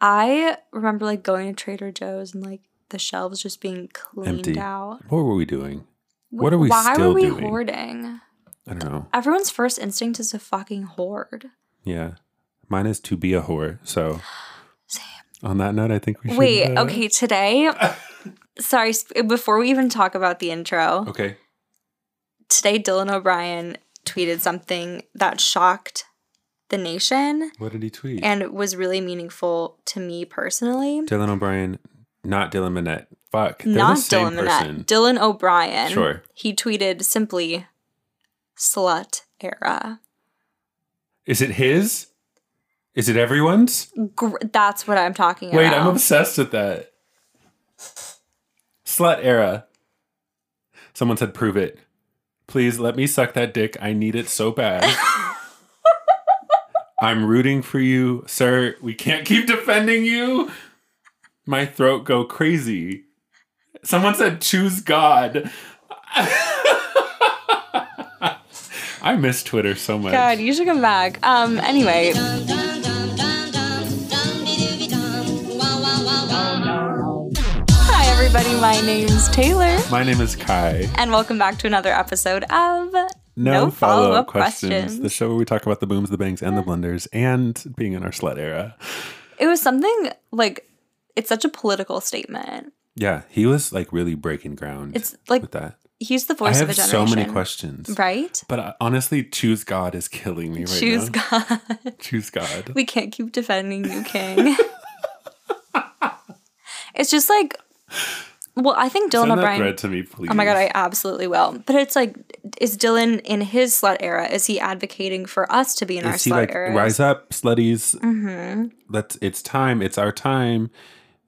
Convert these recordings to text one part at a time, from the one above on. I remember like going to Trader Joe's and like the shelves just being cleaned Empty. out. What were we doing? Wh- What are we Why still were we doing? hoarding? I don't know. Everyone's first instinct is to fucking hoard. Yeah. Mine is to be a whore. So Same. on that note, I think we should. Wait, uh, okay, today. sorry, sp- before we even talk about the intro, Okay. today Dylan O'Brien tweeted something that shocked the nation What did he tweet? and was really meaningful to me personally. Dylan O'Brien, not Dylan Minette. Fuck. They're Not the same Dylan person. Minette, Dylan O'Brien. Sure. He tweeted simply, slut era. Is it his? Is it everyone's? Gr- that's what I'm talking Wait, about. I'm obsessed with that. Slut era. Someone said, prove it. Please let me suck that dick. I need it so bad. I'm rooting for you, sir. We can't keep defending you. My throat go crazy. Someone said, choose God. I miss Twitter so much. God, you should come back. Um, anyway, hi everybody. My name's Taylor, My name is Kai. and welcome back to another episode of No, follow up Follow-Up questions. Questions. The show where we talk about the booms, the bangs, and the blunders, and being in our slut era. It was something like it's such a political statement. Yeah, he was like really breaking ground It's like with that. he's the I voice of a have so generation. Mm-hmm. many questions, Right? but uh, honestly, choose God is killing me right Choose now. God. Choose God. we can't keep defending you, King. it's just like, well, I think Dylan Send that O'Brien. thread to me, please. Oh my god, I absolutely will. But it's like, is Dylan in his slut era? Is he advocating for us to be in our is he slut like era? Mm-hmm. rise up, slutties? Let's. It's time. It's our time.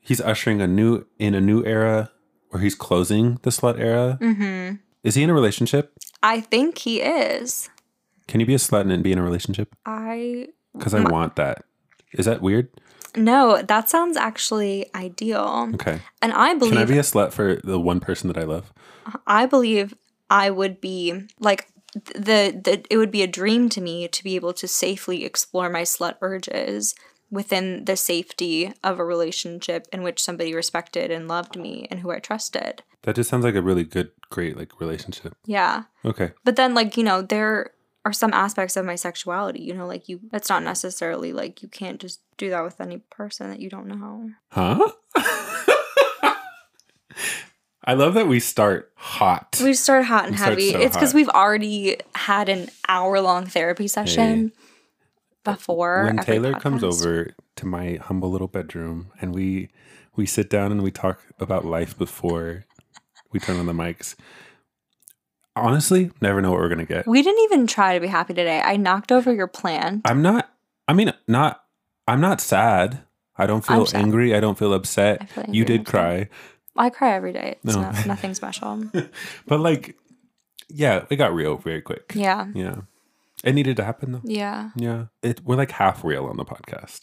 He's ushering a new in a new era, or he's closing the slut era. Mm-hmm. Is he in a relationship? I think he is. Can you be a slut and be in a relationship? I Because I want that. Is that weird? no, that sounds actually ideal, Okay. and I Can I believe be a slut for the one person that I love? I believe I would be like th- the the it would be a dream to me to be able to safely explore my slut urges within the safety of a relationship in which somebody respected and loved me and who I trusted. That just sounds like a really good, great like relationship. Yeah. Okay. But then like, you know, there are some aspects of my sexuality, you know, like you that's not necessarily like you can't just do that with any person that you don't know. Huh? I love that we start hot. We start hot and We start heavy. so it's because hot. we've already had an hour long therapy session before. when every Taylor comes podcast. over to my humble little bedroom and we we sit down and we talk about life before we turn on the mics. Honestly, never know what we're gonna get. We didn't even try to be happy today. I knocked over your plant. I'm not. I mean, not. I'm not sad. I don't I'm feel sad. angry. I don't feel upset. I feel angry you and did upset. cry, I cry every day. It's No. not, nothing special. but like, yeah, it got real very quick. yeah. yeah. It needed to happen though. Yeah. Yeah, it, we're like half real on the podcast.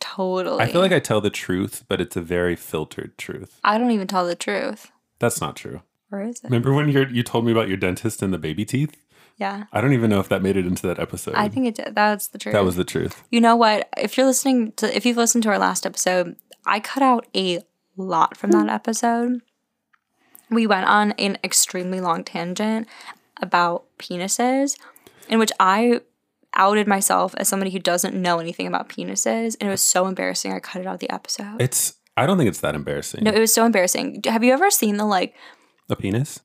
Totally. I feel like I tell the truth, but it's a very filtered truth. I don't even tell the truth. That's not true. Or is it? Remember when you you told me about your dentist and the baby teeth? Yeah. I don't even know if that made it into that episode. I think it did. That's the truth. that was the truth. you know what? If you're listening to, if you've listened to our last episode, I cut out a lot from that episode. We went on an extremely long tangent about penises, in which I outed myself as somebody who doesn't know anything about penises, and it was so embarrassing. I cut it out of the episode. It's. I don't think it's that embarrassing. no, it was so embarrassing. Do- Have you ever seen the like? a penis.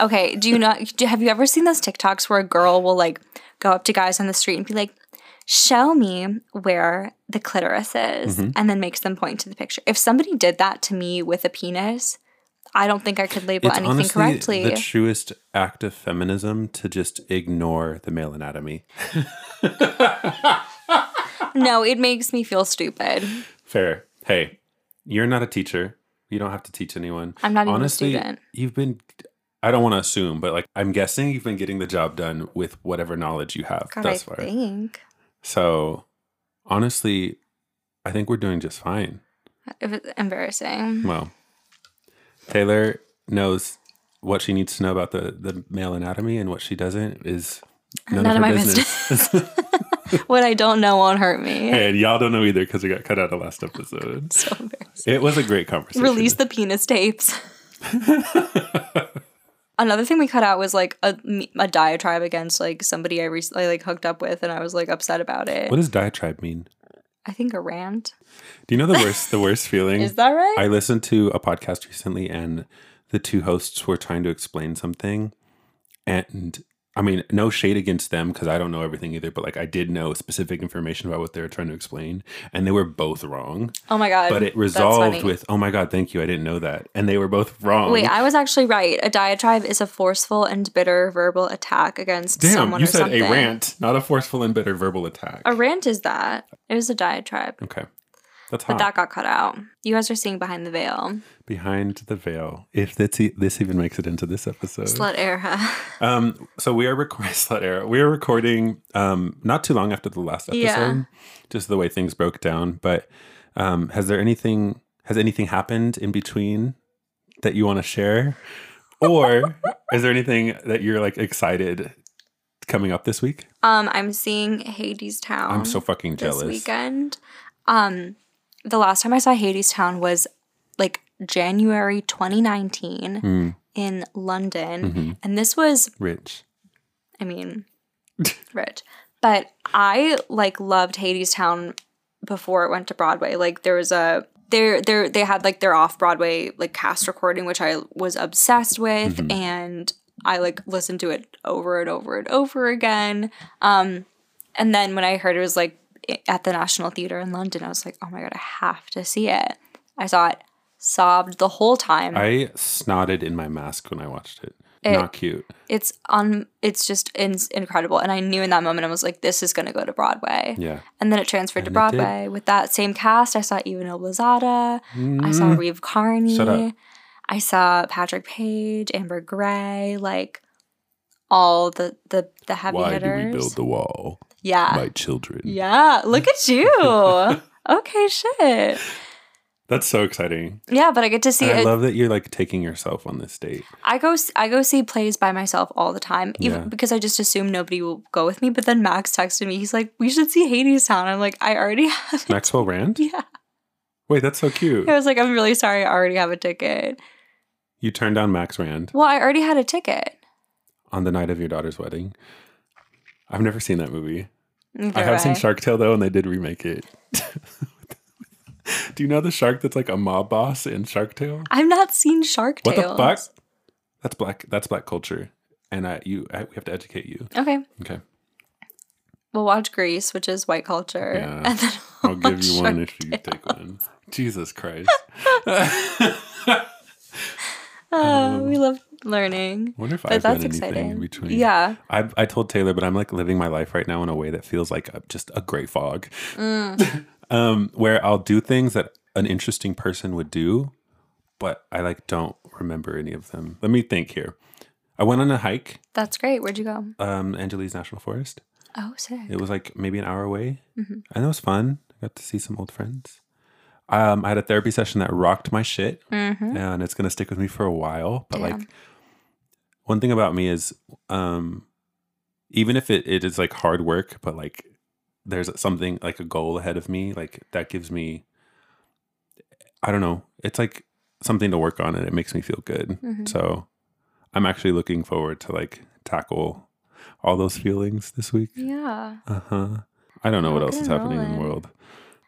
Okay, do you not? Do, have you ever seen those TikToks where a girl will like go up to guys on the street and be like, "Show me where the clitoris is," Mm-hmm. and then makes them point to the picture? If somebody did that to me with a penis, I don't think I could label it's anything honestly correctly. the truest act of feminism to just ignore the male anatomy. no, it makes me feel stupid. Fair. Hey, you're not a teacher. You don't have to teach anyone. I'm not even a Honestly, student. You've been I don't want to assume, but like I'm guessing you've been getting the job done with whatever knowledge you have God, thus I far. think So honestly, I think we're doing just fine. it was embarrassing. Well, Taylor knows what she needs to know about the, the male anatomy and what she doesn't is none, of, her my business. what I don't know won't hurt me. And y'all don't know either because we got cut out of last episode. So embarrassing. It was a great conversation. Release the penis tapes. Another thing we cut out was like a, a diatribe against like somebody I recently like hooked up with, and I was like upset about it. What does diatribe mean? I think a rant. Do you know the worst? The worst feeling Is that right? I listened to a podcast recently and the two hosts were trying to explain something. And I mean, no shade against them because I don't know everything either, but like I did know specific information about what they were trying to explain. And they were both wrong. oh my god! But it that's resolved funny. with, oh my God, thank you. I didn't know that. And they were both wrong. Wait, I was actually right. A diatribe is a forceful and bitter verbal attack against Damn, someone you or said something. a rant, not a forceful and bitter verbal attack. A rant is that. It was a diatribe, okay. That's but hot. that got cut out. You guys are seeing behind the veil. Behind the veil. If that's e- this even makes it into this episode. Slut era. Um, so we are recording slut era. We are recording um not too long after the last episode, Yeah. just the way things broke down. But um, has there anything has anything happened in between that you want to share, or is there anything that you're like excited coming up this week? Um, I'm seeing Hades Town. I'm so fucking Um, this jealous. weekend. Um, the last time I saw Hades Town was like January 2019 Mm, in London, mhm. and this was Rich. I mean, rich. But I like loved Hades Town before it went to Broadway. Like there was a there there they had like their off Broadway like cast recording, which I was obsessed with, Mhm. and I like listened to it over and over and over again. Um, and then when I heard it was like i- at the National Theatre in London, I was like, oh my god, I have to see it. I saw it, sobbed the whole time. I snotted in my mask when I watched it. It- Not cute. it's on. It's just in- incredible, and I knew in that moment I was like, this is gonna go to Broadway. Yeah. And then it transferred to And it did. Broadway with that same cast. I saw Ivano Lozada. I saw Mm. Reeve Carney. Shut up. I saw Patrick Page, Amber Gray, like all the the the heavy Why do hitters. we build the wall? yeah, My children. Uh, yeah. Look at you. okay, shit. That's so exciting. Yeah, but I get to see. And I it. love that you're like taking yourself on this date. I go s- I go see plays by myself all the time, even Yeah. because I just assume nobody will go with me. But then Max texted me. He's like, "We should see Hades Town." I'm like, "I already have it." Maxwell Rand? Yeah. Wait, that's so cute. I was like, "I'm really sorry. I already have a ticket." You turned down Max Rand Well, I already had a ticket. on the night of your daughter's wedding. I've never seen that movie. Either I have seen way. Shark Tale though, and they did remake it. Do you know the shark that's like a mob boss in Shark Tale? I've not seen Shark What Tale. the fuck? That's black. That's black culture, and I, you, I, we have to educate you. Okay, Okay, we'll watch Grease, which is white culture, Yeah. and then I'll give you Shark one if you take one. Jesus Christ! Oh, we love learning. wonder Um, if But that's I've done anything exciting. in between. Yeah, I, I told Taylor, but I'm like living my life right now in a way that feels like a, just a gray fog, Mm. um, where I'll do things that an interesting person would do, but I like don't remember any of them. Let me think here. I went on a hike, that's great. Where'd you go? um, Angeles National Forest. Oh, sick. It was like maybe an hour away, Mm-hmm. and it was fun. I got to see some old friends. Um, I had a therapy session that rocked my shit, Mm-hmm. and it's gonna stick with me for a while. But Damn. like, one thing about me is, um, even if it, it is like hard work, but like there's something like a goal ahead of me, like that gives me, I don't know, it's like something to work on, and it makes me feel good. Mhm. So, I'm actually looking forward to like tackle all those feelings this week. Yeah, Uh huh. I don't know what Rock else is and happening in the rollin'. world.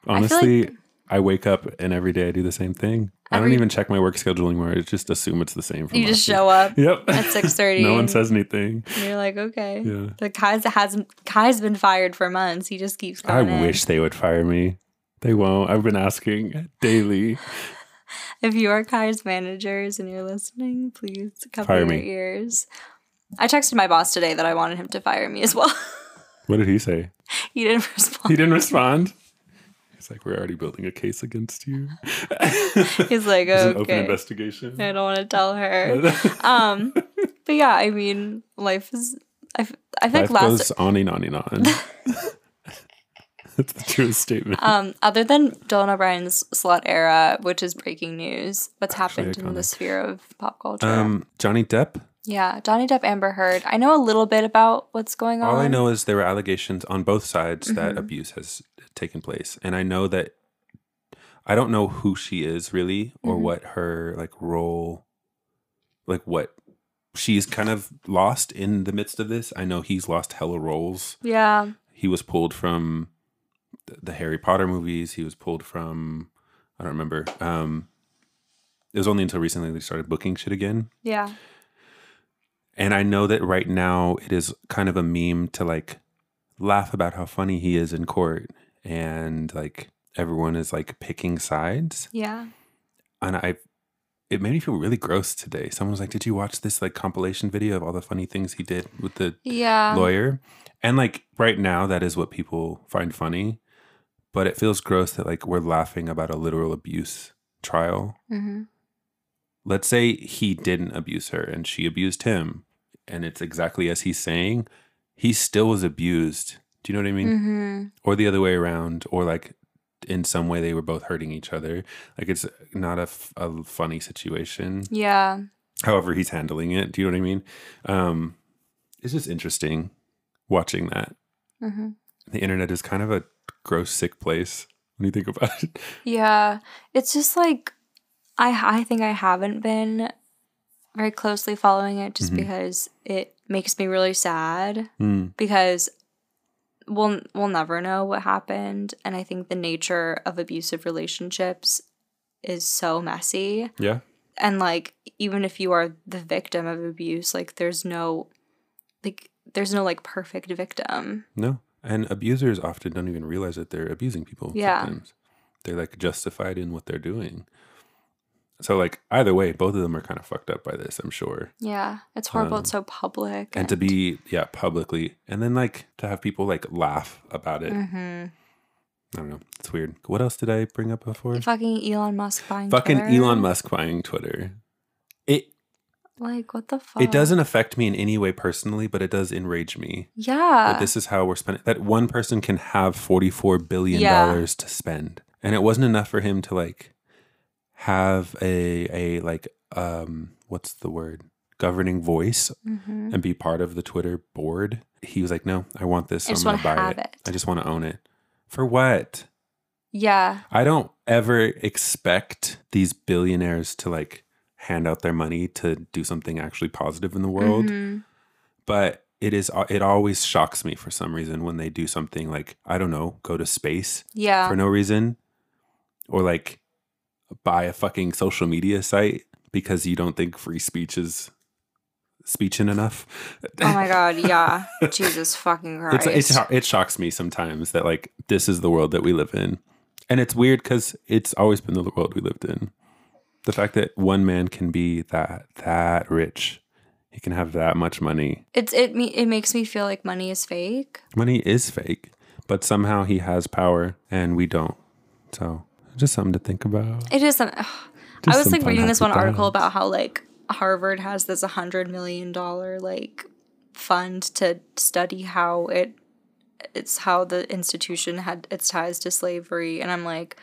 Oh, I feel like- Honestly, I wake up and every day I do the same thing. I don't Every- even check my work schedule anymore. I just assume it's the same. From you just last show up week. Yep. at six thirty. no one says anything. And you're like, okay. Yeah. The Kai's has Kai's been fired for months. He just keeps I going. in. wish they would fire me. They won't. I've been asking daily. If you are Kai's managers and you're listening, please cover Fire your me. ears. I texted my boss today that I wanted him to fire me as well. What did he say? he didn't respond. He didn't respond. He's like, we're already building a case against you. it's He's like, an open okay, investigation. I don't want to tell her. Um, but yeah, I mean, life is. I, f- I think Life last. goes on and on and on. That's the truest statement. um, other than Dylan O'Brien's slut era, which is breaking news, what's Actually happened in the iconic. sphere of pop culture? Um, Johnny Depp Yeah, Johnny Depp, Amber Heard. I know a little bit about what's going on. All I know is there were allegations on both sides that Mhm. abuse has taken place, and I know that I don't know who she is really or Mhm. what her like role, like what she's kind of lost in the midst of this. I know he's lost hella roles. Yeah, He was pulled from th- the Harry Potter movies. He was pulled from I don't remember. Um, it was only until recently they started booking shit again. yeah, And I know that right now it is kind of a meme to like laugh about how funny he is in court and like everyone is like picking sides. yeah. And I, it made me feel really gross today. Someone was like, Did you watch this like compilation video of all the funny things he did with the Yeah. lawyer? And like right now, that is what people find funny. But it feels gross that like we're laughing about a literal abuse trial hmm let's say he didn't abuse her and she abused him and it's exactly as he's saying he still was abused do you know what i mean hmm or the other way around or like in some way they were both hurting each other like it's not a, f- a funny situation Yeah. however he's handling it do you know what i mean um it's just interesting watching that hmm the internet is kind of a gross sick place when you think about it Yeah. It's just like I I think I haven't been very closely following it just Mhm. because it makes me really sad Hmm, because we'll we'll never know what happened and I think the nature of abusive relationships is so messy. yeah and like even if you are the victim of abuse like there's no like there's no like perfect victim No. And abusers often don't even realize that they're abusing people. Yeah. Sometimes. They're like justified in what they're doing. So, like, either way, both of them are kind of fucked up by this, I'm sure. yeah it's horrible Um, it's so public And to be, yeah, publicly, and then like to have people like laugh about it. hmm I don't know. It's weird. What else did I bring up before? fucking elon musk buying Fucking Twitter. Elon Musk buying Twitter. It like what the fuck it doesn't affect me in any way personally, but it does enrage me. yeah that this is how we're spending that one person can have 44 billion Yeah. dollars to spend and it wasn't enough for him to like have a a like um what's the word governing voice Mhm. and be part of the twitter board he was like no i want this I just i'm want to gonna buy have it. it. i just want to own it for what yeah i don't ever expect these billionaires to like hand out their money to do something actually positive in the world Mhm. but it is it always shocks me for some reason when they do something like i don't know go to space yeah for no reason or like buy a fucking social media site because you don't think free speech is speeching enough oh my god yeah jesus fucking christ it's, it's ho- it shocks me sometimes that like this is the world that we live in and it's weird because it's always been the world we lived in the fact that one man can be that that rich he can have that much money it's it me it makes me feel like money is fake money is fake, but somehow he has power and we don't. So just something to think about. It is. An, ugh. I Just was some like fun reading this happy one article thoughts. about how like Harvard has this hundred million dollar like fund to study how it it's how the institution had its ties to slavery, and I'm like,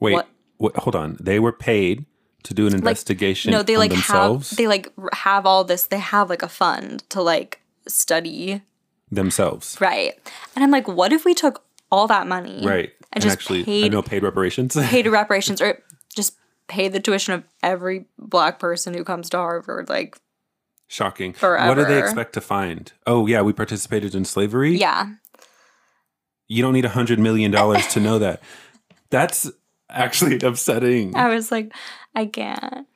Wait, what- what- hold on. They were paid to do an investigation. no, they on like themselves. have they like r- have all this. They have like a fund to like study, themselves, right? And I'm like, what if we took all that money, right? and, just actually, I paid know paid reparations. paid reparations or just paid the tuition of every black person who comes to Harvard, like. Shocking. What do they Forever. expect to find? Oh yeah, we participated in slavery. Yeah, You don't need a hundred million dollars to know that. That's actually upsetting. I was like, I can't.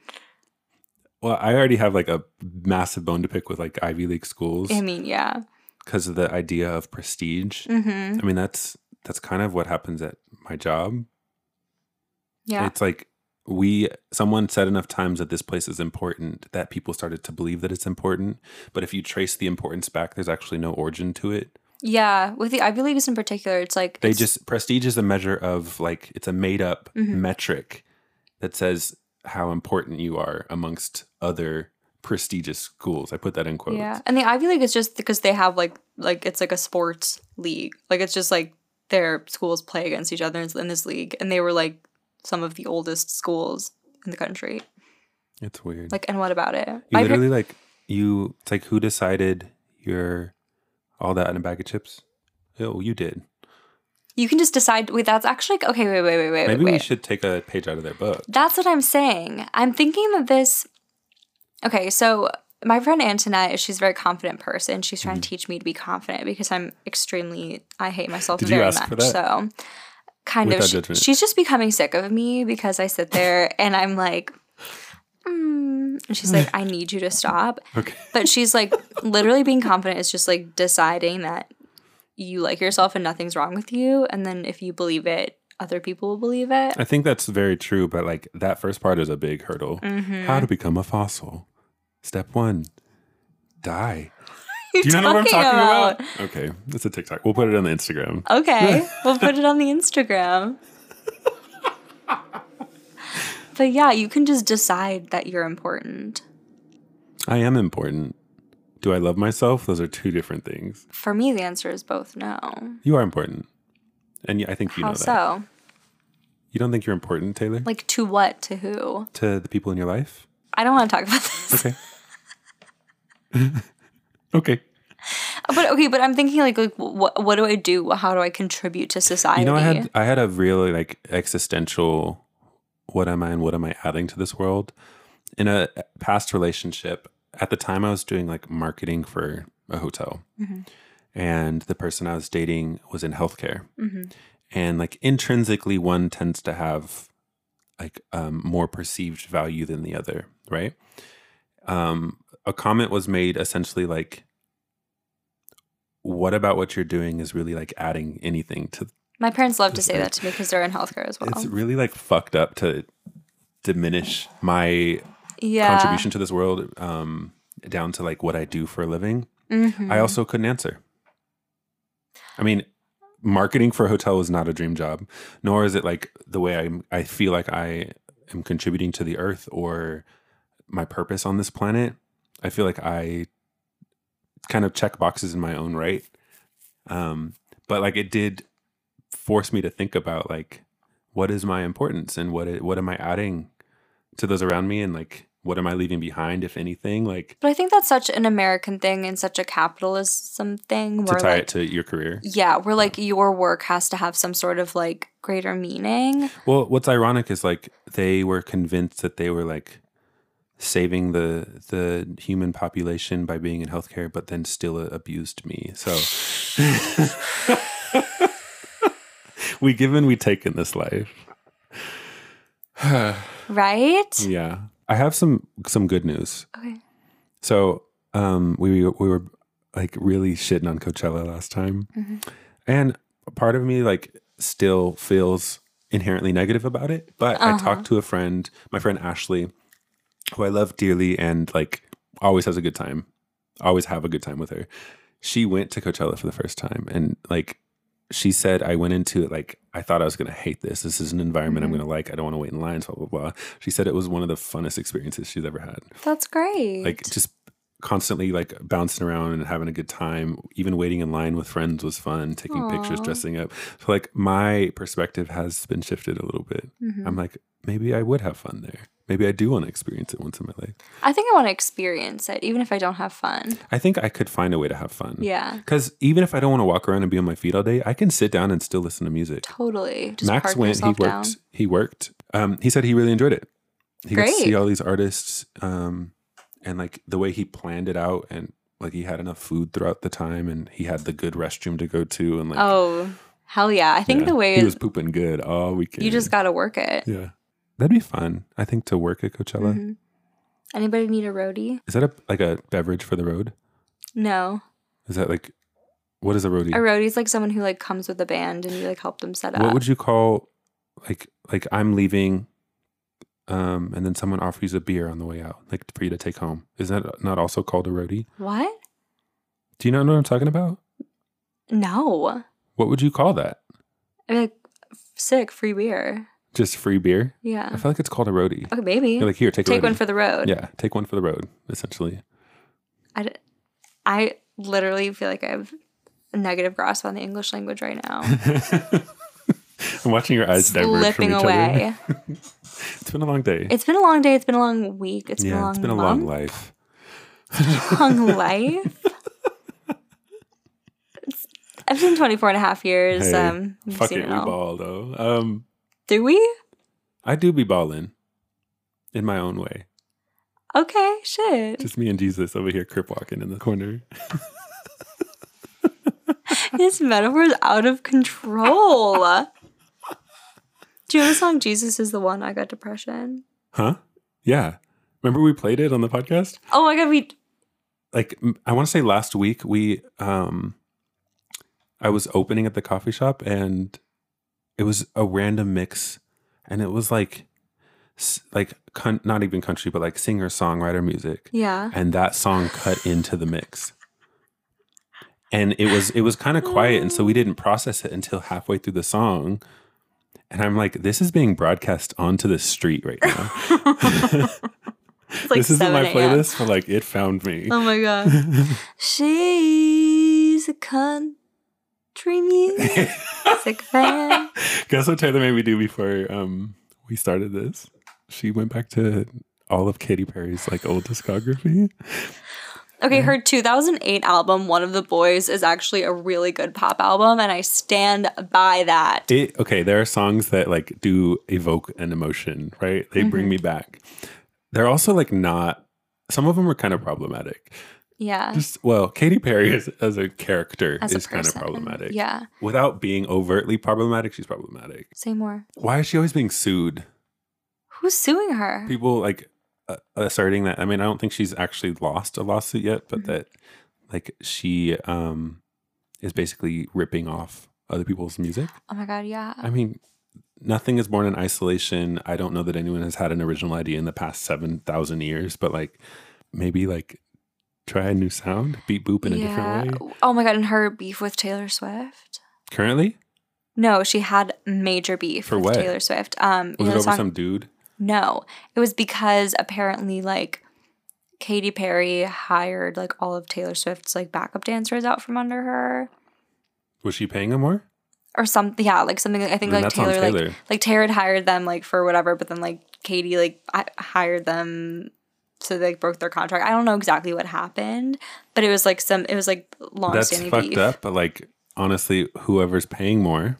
Well, I already have like a massive bone to pick with like Ivy League schools I mean, yeah. because of the idea of prestige. Mm-hmm. I mean, that's that's kind of what happens at my job. Yeah. It's like we someone said enough times that this place is important that people started to believe that it's important. But if you trace the importance back, there's actually no origin to it. yeah. With the Ivy Leagues in particular, it's like They it's- just prestige is a measure of like it's a made up Mhm. metric that says how important you are amongst other prestigious schools. I put that in quotes. Yeah. And the Ivy League is just because they have like like it's like a sports league. Like it's just like their schools play against each other in this league. And they were like some of the oldest schools in the country. It's weird. Like, and what about it? you My par- literally like you it's like who decided your all that in a bag of chips? Oh, you did. You can just decide. Wait, that's actually okay. Wait, wait, wait, wait. Maybe Uh, wait. we should take a page out of their book. That's what I'm saying. I'm thinking that this. Okay, so my friend Antoinette, she's a very confident person. She's trying to Mm-hmm. teach me to be confident because I'm extremely. I hate myself Did you very ask much. for that? So, kind Without of. she- judgment. she's just becoming sick of me because I sit there and I'm like, mm. and she's like, I need you to stop. Okay. But she's like, literally being confident is just like deciding that you like yourself and nothing's wrong with you. And then if you believe it, other people will believe it. I think that's very true, but like that first part is a big hurdle. Mm-hmm. How to become a fossil. Step one, die. Do you not know what I'm talking talking about? about? Okay, it's a TikTok. We'll put it on the Instagram. Okay, we'll put it on the Instagram. but yeah, you can just decide that you're important. I am important. Do I love myself? Those are two different things. For me, the answer is both no. You are important. And y- I think you How know that. so? You don't think you're important, Taylor? Like to what? To who? to the people in your life? I don't want to talk about this. Okay. okay. but okay, but I'm thinking like, like what, what do I do? How do I contribute to society? You know, I had I had a really like existential what am I and what am I adding to this world? In a past relationship, at the time I was doing like marketing for a hotel. Mm-hmm. And the person I was dating was in healthcare. Mm-hmm. And like intrinsically one tends to have like um, more perceived value than the other, right? Um, a comment was made essentially like, "What about what you're doing is really like adding anything to My parents love to say that to me because they're in healthcare as well. it's really like fucked up to diminish my yeah. contribution to this world um, down to like what I do for a living. Mhm. I also couldn't answer. I mean, marketing for a hotel is not a dream job, nor is it like the way I I feel like I am contributing to the earth or my purpose on this planet. I feel like I kind of check boxes in my own right. Um, but like it did force me to think about like what is my importance and what what am I adding to those around me and like what am I leaving behind if anything like But I think that's such an American thing and such a capitalism thing. to where, tie like, it to your career. Yeah, we're like your work has to have some sort of like greater meaning. Well, what's ironic is like they were convinced that they were like saving the the human population by being in healthcare, but then still abused me. So we give and we take in this life. Right? Yeah, I have some some good news. Okay. So um, we we were like really shitting on Coachella last time, and part of me like still feels inherently negative about it. But I talked to a friend, my friend Ashley, who I love dearly, and like always has a good time. Always have a good time with her. She went to Coachella for the first time, and like she said, I went into it like I thought I was gonna hate this. This is an environment I'm gonna like. I don't want to wait in lines. Blah blah blah. She said it was one of the funnest experiences she's ever had That's great. like just constantly like bouncing around and having a good time even waiting in line with friends was fun taking pictures Aw. dressing up so like my perspective has been shifted a little bit Mhm. i'm like maybe i would have fun there maybe i do want to experience it once in my life I think I want to experience it, even if I don't have fun. i think i could find a way to have fun Yeah, because even if i don't want to walk around and be on my feet all day i can sit down and still listen to music totally. Just max park went he yourself worked down. he worked um he said he really enjoyed it he got to see Great. all these artists um and like the way he planned it out and like he had enough food throughout the time and he had the good restroom to go to and like Oh, hell yeah. I think yeah, the way he was pooping good all weekend you just got to work it. yeah that'd be fun i think to work at coachella Mhm. Anybody need a roadie? is that a like a beverage for the road No. is that like what is a roadie A roadie's like someone who like comes with a band and you like help them set up. what would you call like like i'm leaving um and then someone offers you a beer on the way out like for you to take home is that not also called a roadie what? do you not know what i'm talking about No. what would you call that I mean, like, sick, free beer. just free beer i Yeah. feel like it's called a roadie Okay, maybe. You're like here take, Take a one roadie. for the road. yeah take one for the road essentially I, d- I literally feel like I have a negative grasp on the English language right now. i'm watching your eyes diverge from Slipping each other away. it's been a long day it's been a long day. It's been a long week. It's been a yeah long it's been a month. long life long life. It's- I've seen 24 and a half years. Hey, um, I've Fuck seen it, it we all. ball though. Um, Do we? I do be balling in my own way. Okay, shit. Just me and Jesus over here, crip walking in the corner. His metaphor is out of control. Do you know the song Jesus is the One I Got Depression? Huh? Yeah. Remember we played it on the podcast? Oh my god, we. Like m- I want to say last week we um I was opening at the coffee shop and it was a random mix and it was like s- like con- not even country but like singer songwriter music Yeah. and that song cut into the mix. And it was it was kind of quiet and so we didn't process it until halfway through the song. And I'm like this is being broadcast onto the street right now. it's like this isn't my 7 a.m.. playlist, but like it found me. Oh my god. She's a country music fan. Guess what Taylor made me do before um, we started this? She went back to all of Katy Perry's like old discography. Okay, her 2008 album, One of the Boys, is actually a really good pop album, and I stand by that. It okay, there are songs that like do evoke an emotion, right? They bring Mm-hmm. me back. They're also like not. Some of them are kind of problematic. Yeah. Just well, Katy Perry as, as a character Uh. As a is kind of person. problematic. Yeah. Without being overtly problematic, she's problematic. Say more. Why is she always being sued? Who's suing her? people like uh, asserting that i mean i don't think she's actually lost a lawsuit yet but Mhm. that like she um is basically ripping off other people's music Oh my god, yeah. i mean nothing is born in isolation i don't know that anyone has had an original idea in the past 7000 years but like maybe like try a new sound beat boop in a different way Oh my god, and her beef with Taylor Swift? currently No, she had major beef For with what? Taylor Swift. Um you was know it the over song- some dude No, it was because apparently, like, Katy Perry hired like all of Taylor Swift's like backup dancers out from under her was she paying him more or something. Yeah, like something. I think like Then that's Taylor, on like Mm, taylor like Taylor had hired them like for whatever, but then like Katie like I- hired them, so they like, broke their contract. I don't know exactly what happened, but it was like some. It was like long that's standing fucked "Oh, beef. up but like honestly whoever's paying more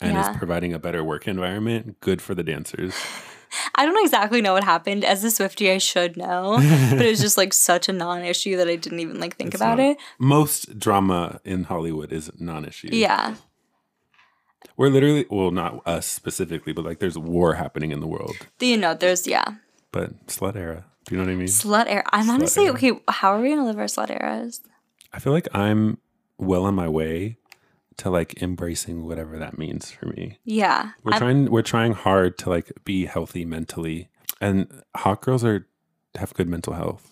and Yeah. is providing a better work environment good for the dancers I don't exactly know what happened. As a Swifty, I should know, but it was just like such a non-issue that I didn't even like think It's about not- it. most drama in hollywood is non-issue Yeah. we're literally well not us specifically but like there's war happening in the world You know, there's yeah. but slut era do you know what i mean Slut era. I'm honestly era. okay. How are we gonna live our slut eras? i feel like i'm well on my way to like embracing whatever that means for me Yeah, we're I'm- trying we're trying hard to like be healthy mentally and hot girls are have good mental health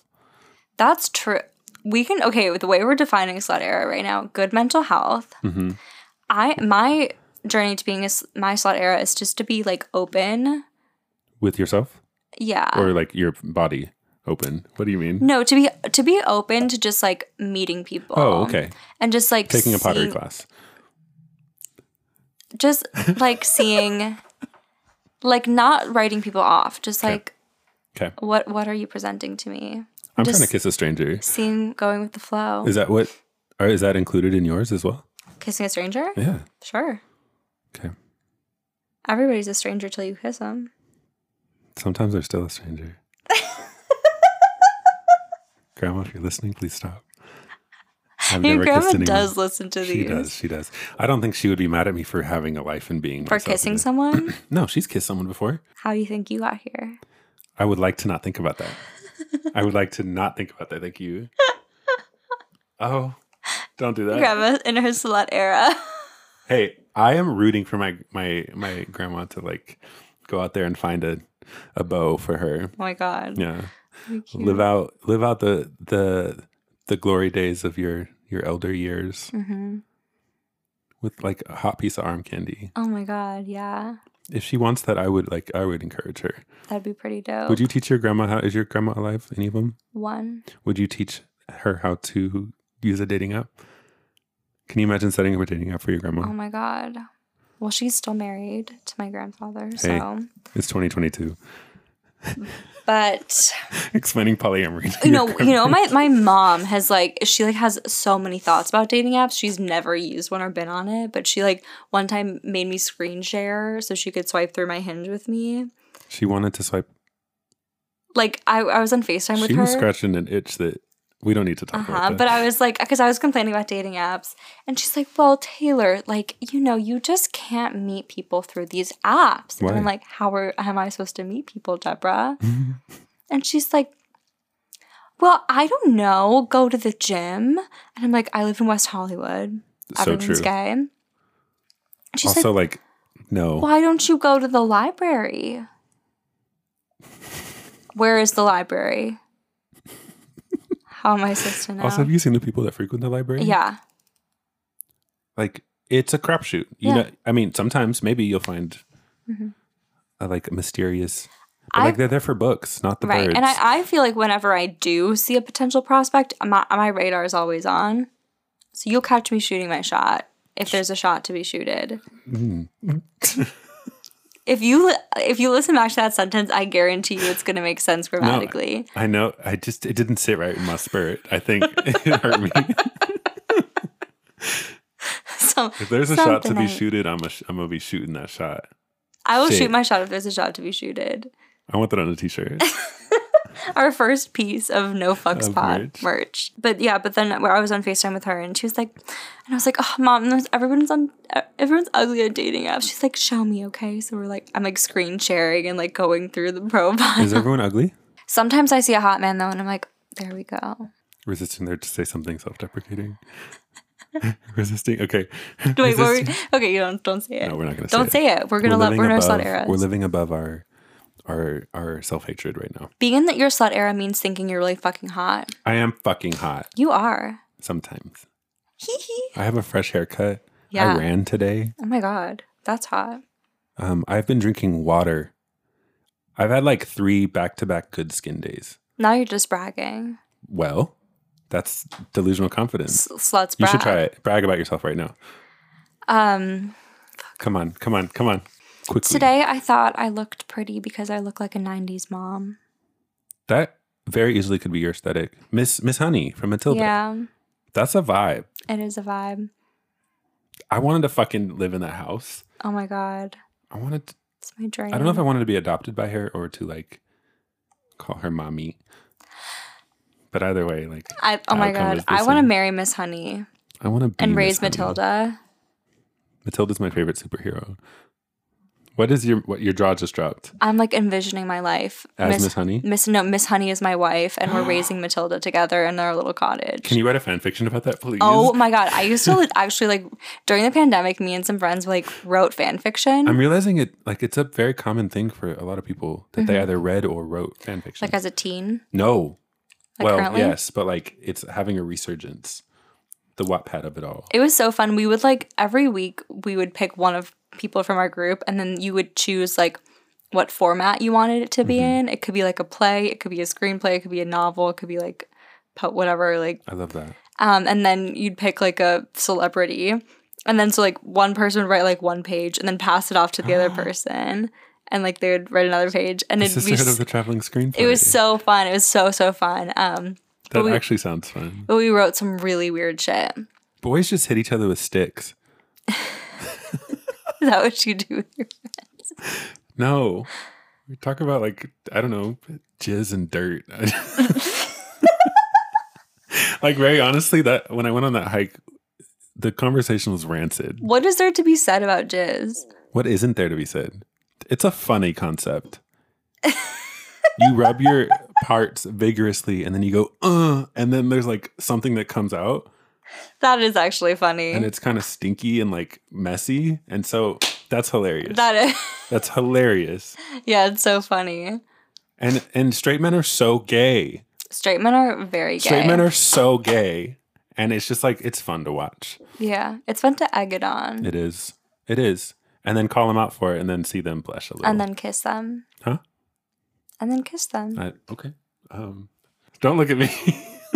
that's true. We can okay with the way we're defining slut era right now. Good mental health. hmm I my journey to being a, s- my slut era is just to be like open. with yourself Yeah. or like your body open. What do you mean? Uh, no, to be to be open to just like meeting people. Oh, okay. And just like Taking a pottery seeing- class. Just like seeing, like not writing people off. Just Okay. like, Okay. what what are you presenting to me? I'm just- trying to kiss a stranger. Seeing, going with the flow. Is that what? Or is that included in yours as well? Kissing a stranger. Yeah. Sure. Okay. Everybody's a stranger till you kiss them. Sometimes they're still a stranger. Grandma, if you're listening, please stop. I've Your grandma anyone. does listen to She these. does. She does. I don't think she would be mad at me for having a life and being For myself. kissing someone? No, she's kissed someone before. How do you think you got here? I would like to not think about that. I would like to not think about that. Thank you. Oh, don't do that. grandma in her slut era. Oh Hey, I am rooting for my my my grandma to like go out there and find a a bow for her. oh my god. Yeah. That'd be cute. Live out live out the the the glory days of your your elder years Mhm. with like a hot piece of arm candy. Oh my god, yeah. If she wants that, I would like I would encourage her. That'd be pretty dope. Would you teach your grandma how is your grandma alive? Any of them? One. Would you teach her how to use a dating app? Can you imagine setting up a dating app for your grandma? Oh my god. Well, she's still married to my grandfather, Hey. so It's 2022. But Explaining polyamory. to you your know, you know, grandma. my my mom has like she like has so many thoughts about dating apps. She's never used one or been on it, but she like one time made me screen share so she could swipe through my hinge with me. She wanted to swipe. Like I, I was on FaceTime with She her. was scratching an itch that we don't need to talk Uh-huh. about. But That. I was like, because I was complaining about dating apps, and she's like, "Well, Taylor, like you know, you just can't meet people through these apps." And I'm Why? like, "How are, am I supposed to meet people, Deborah?" and she's like, "Well, I don't know. Go to the gym." And I'm like, "I live in West Hollywood. so Everyone's true. gay." And she's like, Also, like, no. why don't you go to the library? Where is the library? How am I supposed to know? Also, have you seen the people that frequent the library? yeah. Like, it's a crapshoot. You Yeah. know, I mean, sometimes maybe you'll find Mhm. a, like mysterious. But, I- like they're there for books, not the right. birds. And I, I feel like whenever I do see a potential prospect, my, my radar is always on. So you'll catch me shooting my shot if there's a shot to be shooted. Mm-hmm. if you li- if you listen back to that sentence, I guarantee you it's going to make sense grammatically. I know. I just it didn't sit right in my spirit. I think it hurt me. so If there's a shot to something be I- shooted, I'm a sh- I'm gonna be shooting that shot. I will Shit. shoot my shot if there's a shot to be shooted. I want that on a t-shirt. our first piece of no fucks Of pod merch. merch. But yeah, but then where I was on Facetime with her, and she was like, and I was like, oh mom, there's- everyone's on, e, everyone's ugly on dating apps. She's like, show me, okay? So we're like, I'm like screen sharing and like going through the profile. Is everyone ugly? Sometimes I see a hot man though, and I'm like, there we go. Resisting there to say something self-deprecating. Resisting. Okay. Wait, what were Resisting- okay, you don't don't say it. No, we're not gonna. don't say it. We're gonna love. living We're in our above- slut era. We're living above our our our self-hatred right now. Being in that your slut era means thinking you're really fucking hot. I am fucking hot You are. sometimes. Hee hee. I have a fresh haircut. I Yeah. ran today. Oh my god, that's hot. Um, I've been drinking water. I've had like three back to back good skin days. Now you're just bragging. Well, that's delusional confidence. S- sluts. You should brag. try it. Brag about yourself right now. Um, Come on, come on, come on. Quickly. today I thought I looked pretty because I look like a 90s mom. That very easily could be your aesthetic. Miss Miss Honey from Matilda. Yeah, That's a vibe. it is a vibe. I wanted to fucking live in that house. Oh my god, I wanted to, it's my dream. I don't know if I wanted to be adopted by her or to like call her mommy. But either way, like I, oh my outcome god, is the I want to same. marry Miss Honey I want to be and Miss raise Honey. Matilda. Matilda's my favorite superhero. What is your what your jaw just dropped? I'm like envisioning my life. As Miss Miss Honey? Miss no Miss Honey is my wife, and we're raising Matilda together in our little cottage. Can you write a fan fiction about that, please? Oh my god! I used to like, actually like during the pandemic. Me and some friends like wrote fan fiction. I'm realizing it like it's a very common thing for a lot of people that they either read or wrote fan fiction. Mm-hmm. like as a teen, no. like well, currently? yes, but like it's having a resurgence. The Wattpad of it all. It was so fun. We would like every week we would pick one of people from our group and then you would choose like what format you wanted it to be in. It could be like a play, it could be a screenplay, it could be a novel, it could be like po- whatever like I love that. um and then you'd pick like a celebrity. And then so like one person would write like one page and then pass it off to the other person and like they would write another page and The it'd be Sisterhood of s- the Traveling Screenplay. it was so fun. It was so so fun. Um that we- actually sounds fun. but we wrote some really weird shit. Boys just hit each other with sticks. Is that what you do with your No. We talk about like I don't know, jizz and dirt. like very honestly, that when I went on that hike, the conversation was rancid. What is there to be said about jizz? What isn't there to be said? It's a funny concept. you rub your parts vigorously and then you go, uh, and then there's like something that comes out That is actually funny. and it's kind of stinky and like messy. And so that's hilarious. that is, that's hilarious. yeah, it's so funny. And and straight men are so gay. Straight men are very gay. Straight men are so gay, and it's just like it's fun to watch. yeah. It's fun to egg it on It is, it is, and then call them out for it, and then see them blush a little. and then kiss them. Huh? And then kiss them. I, okay, um, don't look at me.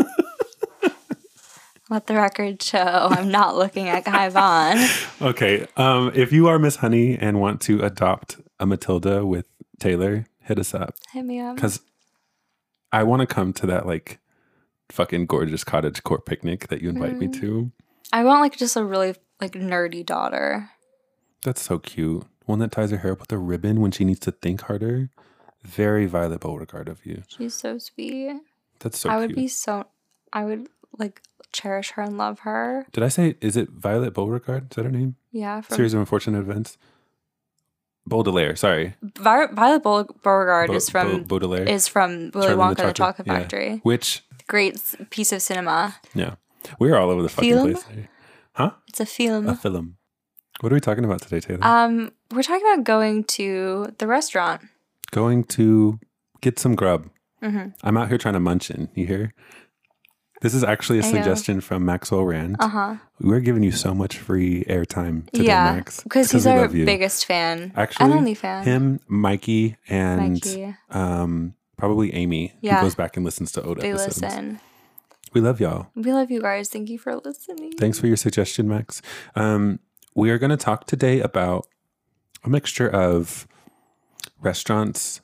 Let the record show I'm not looking at Kai Vaughn. okay, um, if you are Miss Honey and want to adopt a Matilda with Taylor, hit us up Hit me up. because I want to come to that like fucking gorgeous cottage court picnic that you invite Mm-hmm. me to. I want like just a really like nerdy daughter. That's so cute. One that ties her hair up with a ribbon when she needs to think harder. Very Violet Beauregard of you. She's so sweet. That's so I cute. would be so. I would like cherish her and love her. Did I say is it Violet Beauregard? Is that her name? Yeah. From Series of Unfortunate Events. Baudelaire, sorry. Vi- Violet Bul- Beauregard Bo- is from Bo- Baudelaire. is from Willy Charlie and Wonka the and the Chocolate Chocolate- yeah. Factory. which Great s- piece of cinema. yeah. We're all over the fucking Film? Mm-hmm. place. Huh? It's a A film. film. What are we talking about today, Taylor? Um, we're talking about going to the restaurant. Going to get some grub. Mm-hmm. I'm out here trying to munch in. You hear? This is actually a I know. suggestion from Maxwell Rand. Uh huh. We're giving you so much free airtime today, Yeah, Max. because he's we our love you. biggest fan Actually, and only fan. Him, Mikey, and Mikey, um, probably Amy, Yeah. who goes back and listens to old they episodes. listen. We love y'all. We love you guys. Thank you for listening. Thanks for your suggestion, Max. Um, we are going to talk today about a mixture of restaurants,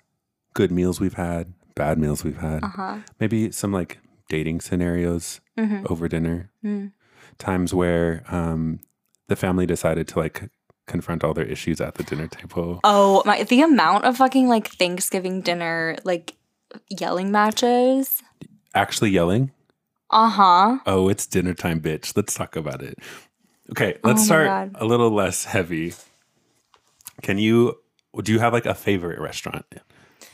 good meals we've had, bad meals we've had, Uh huh. maybe some like dating scenarios Mm-hmm. over dinner, Mm. times where um, the family decided to like confront all their issues at the dinner table. Oh my! The amount of fucking like Thanksgiving dinner like yelling matches. Actually, yelling, Uh huh. Oh, it's dinner time, bitch. Let's talk about it. Okay, Oh let's my start God. a little less heavy. Can you do you have like a favorite restaurant,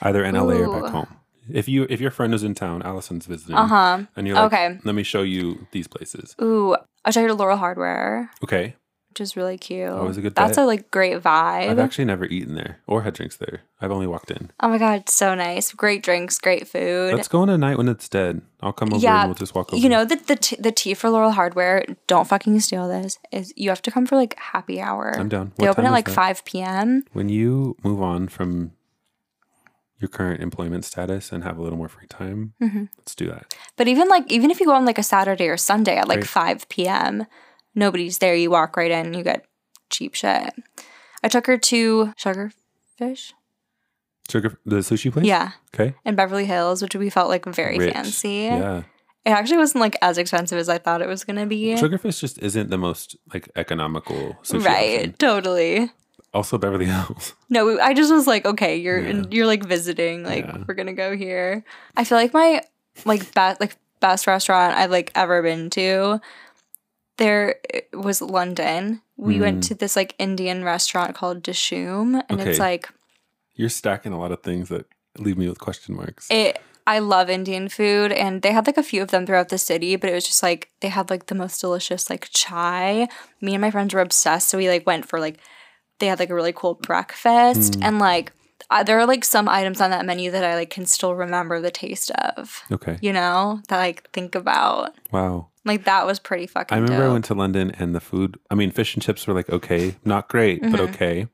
either in LA or Ooh. back home? If you if your friend is in town, Allison's visiting, Uh huh. and you're like, Okay. let me show you these places. Ooh, I tried Laurel Hardware, Okay, which is really cute. Always a good That's bet. a like great vibe. I've actually never eaten there or had drinks there. I've only walked in. oh my god, so nice. Great drinks, great food. Let's go on a night when it's dead. I'll come over Yeah, and we'll just walk over. you know that the t- the tea for Laurel Hardware. Don't fucking steal this. Is you have to come for like happy hour. I'm down. They What open time at is like that? five p.m. when you move on from your current employment status and have a little more free time, Mm-hmm. let's do that. But even like even if you go on like a Saturday or Sunday at like Right. five p.m., nobody's there. You walk right in. You get cheap shit. I took her to Sugarfish. Sugar, the sushi place. Yeah, Okay. in Beverly Hills, which we felt like very Rich. fancy. Yeah. It actually wasn't like as expensive as I thought it was gonna be. Sugarfish just isn't the most like economical sushi right, option. totally. Also, Beverly Hills. No, we- I just was like, okay, you're Yeah. you're like visiting, like Yeah. we're gonna go here. I feel like my like best like best restaurant I've like ever been to. There was London. We went Mm. to this like Indian restaurant called Dishoom, and Okay. it's like You're stacking a lot of things that leave me with question marks. it. I love Indian food, and they had like a few of them throughout the city, but it was just like they had like the most delicious like chai. Me and my friends were obsessed, so we like went for like they had like a really cool breakfast, Mm. and like I, there are like some items on that menu that I like can still remember the taste of, okay. you know, that I like, think about. Wow. Like that was pretty fucking. I remember I dope. went to London and the food. I mean, fish and chips were like okay, not great, but Mhm. okay.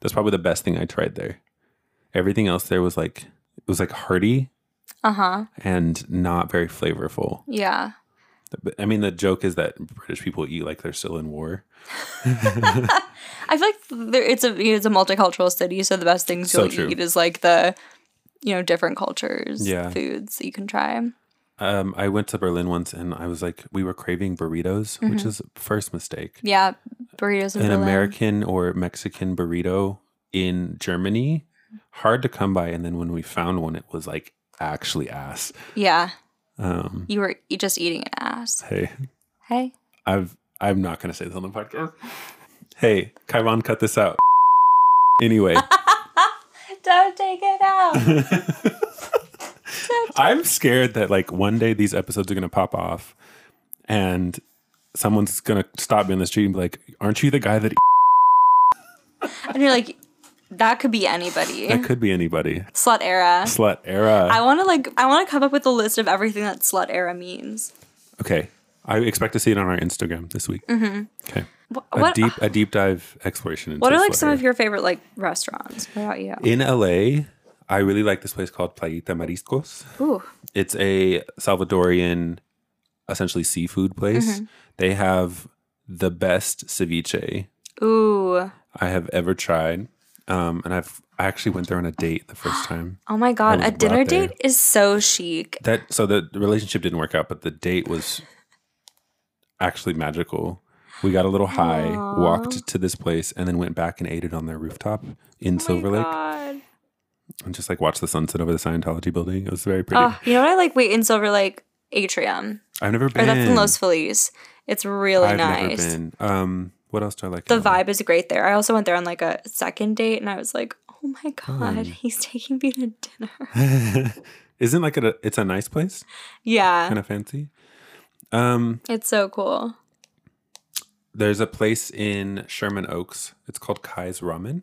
That's probably the best thing I tried there. Everything else there was like it was like hearty Uh huh. and not very flavorful. Yeah. But, I mean, the joke is that British people eat like they're still in war. I feel like there, it's a it's a multicultural city, so the best things So you'll true. eat is like the, you know, different cultures, Yeah. foods that you can try. Um, I went to Berlin once and I was like, we were craving burritos, which is first mistake. Yeah, burritos in An Berlin. American or Mexican burrito in Germany, hard to come by. And then when we found one, it was like actually ass. Yeah, Um, you were e- just eating an ass. hey, Hey, I've I'm not gonna say this on the podcast. Hey, Kaivan, cut this out. Anyway, don't take it out. I'm scared that like one day these episodes are gonna pop off, and someone's gonna stop me in the street and be like, "Aren't you the guy that?" and you're like, that could be anybody. That could be anybody. slut era. Slut era. I want to like, I want to come up with a list of everything that slut era means. okay, I expect to see it on our Instagram this week. Okay, Wh- a Mm-hmm. What? deep a deep dive exploration. Into what are like some slut of your favorite like restaurants? What about you? era. in LA? I really like this place called Playita Mariscos. Ooh, It's a Salvadorian, essentially seafood place. Mm-hmm. They have the best ceviche ooh, I have ever tried. Um, and I've I actually went there on a date the first time. Oh my god, was a dinner brought there. date is so chic. Oh That so the the relationship didn't work out, but the date was actually magical. We got a little high, Aw. walked to this place, and then went back and ate it on their rooftop in Oh my Silver Lake, God. and just like watched the sunset over the Scientology building. It was very pretty. Ah, you know what I like? Wait in Silver Lake atrium, I've never or been. that's in Los Feliz. It's really I've nice. never been. Um, what else do I like? The in LA? vibe is great there. I also went there on like a second date, and I was like, oh my god, Fun. he's taking me to dinner. Isn't like a it's a nice place, yeah, kind of fancy. Um, it's so cool. there's a place in Sherman Oaks. It's called Kai's Ramen.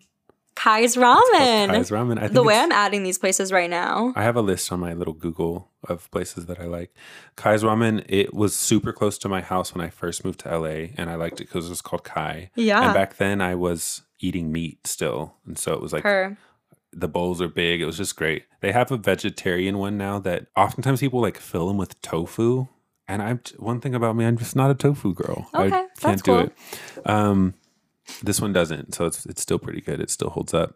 Kai's It's called Ramen. Kai's Ramen. I think the way it's- I'm adding these places right now. I have a list on my little Google of places that I like. Kai's Ramen. It was super close to my house when I first moved to LA, and I liked it because it was called Kai. Yeah. And back then, I was eating meat still, and so it was like her. the bowls are big. It was just great. They have a vegetarian one now that oftentimes people like fill them with tofu. And I'm one thing about me, I'm just not a tofu girl. I Okay, can't that's do cool. it. Um, this one doesn't, so it's it's still pretty good. It still holds up.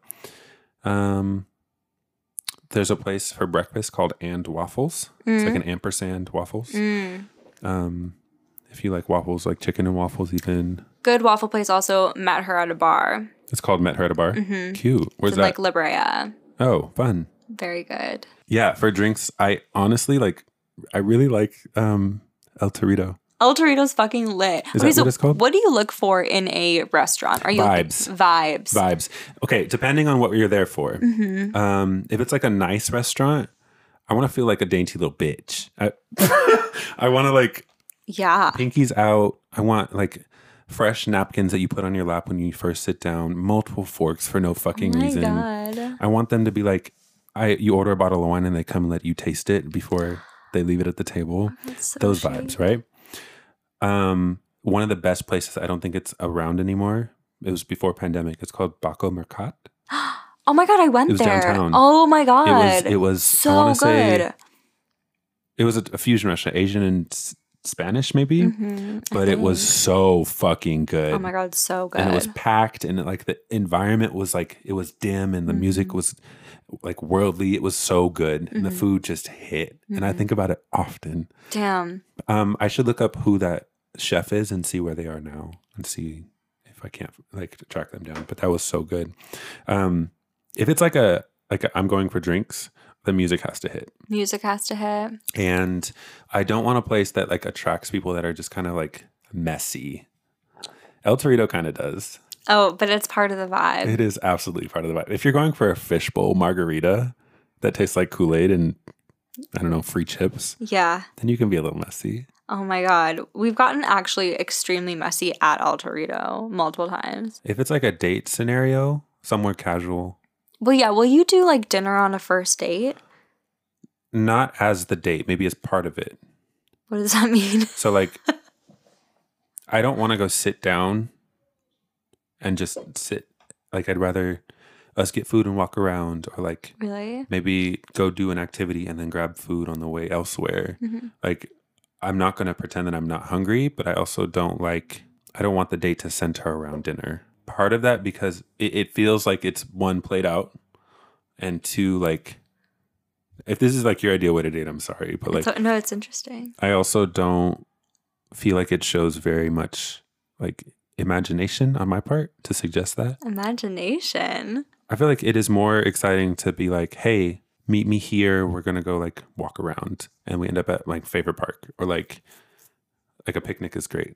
Um, there's a place for breakfast called And Waffles. It's like an ampersand waffles. Mm. Um, if you like waffles, like chicken and waffles, even Good waffle place also met her at a bar. it's called Met Her at a Bar. Mhm. Cute. Where's in, that? like La Brea. oh, fun. Very good. Yeah, for drinks, I honestly like. I really like um El Torito. El Torito's fucking lit. Is that what it's called? What do you look for in a restaurant? Are you Vibes. vibes? Vibes. Okay, depending on what you're there for. Mhm. Um, if it's like a nice restaurant, I want to feel like a dainty little bitch. I, I want to like Yeah. pinkies out. I want like fresh napkins that you put on your lap when you first sit down. Multiple forks for no fucking oh my reason. god. I want them to be like, I you order a bottle of wine and they come let you taste it before they leave it at the table. That's so those chic. vibes, right? Um, one of the best places. I don't think it's around anymore. It was before pandemic. It's called Baco Mercat. Oh my god, I went It was there. downtown. Oh my god. It was. It was. I so want good. to say it was a, a fusion restaurant, Asian and s- Spanish maybe, Mhm. Mm-hmm. but it was so fucking good. Oh my god, so good. And it was packed, and like the environment was like it was dim, and the Mm-hmm. music was like worldly. It was so good, and the food just hit. And Mm-hmm. I think about it often. Damn. Um, I should look up who that chef is and see where they are now and see if I can't like track them down. But that was so good. Um, if it's like a like a, I'm going for drinks, the music has to hit, Music has to hit. and I don't want a place that like attracts people that are just kind of like messy. El Torito kind of does. Oh, but it's part of the vibe. It is absolutely part of the vibe. If you're going for a fishbowl margarita that tastes like Kool Aid and I don't know free chips, Yeah. then you can be a little messy. Oh my god. We've gotten actually extremely messy at El Torito multiple times. If it's like a date scenario, somewhere casual, Well, yeah, will you do like dinner on a first date? not as the date, maybe as part of it. What does that mean? So like I don't want to go sit down and just sit like I'd rather us get food and walk around or like really? maybe go do an activity and then grab food on the way elsewhere. Mhm. Like I'm not going to pretend that I'm not hungry, but I also don't like I don't want the date to center around dinner. Part of that because it, it feels like it's one played out and two like if this is like your ideal way to date, I'm sorry, but like It's- no, it's interesting. I also don't feel like it shows very much like imagination on my part to suggest that. Imagination. I feel like it is more exciting to be like, hey, meet me here. We're gonna go like walk around and we end up at like favorite park or like like a picnic is great.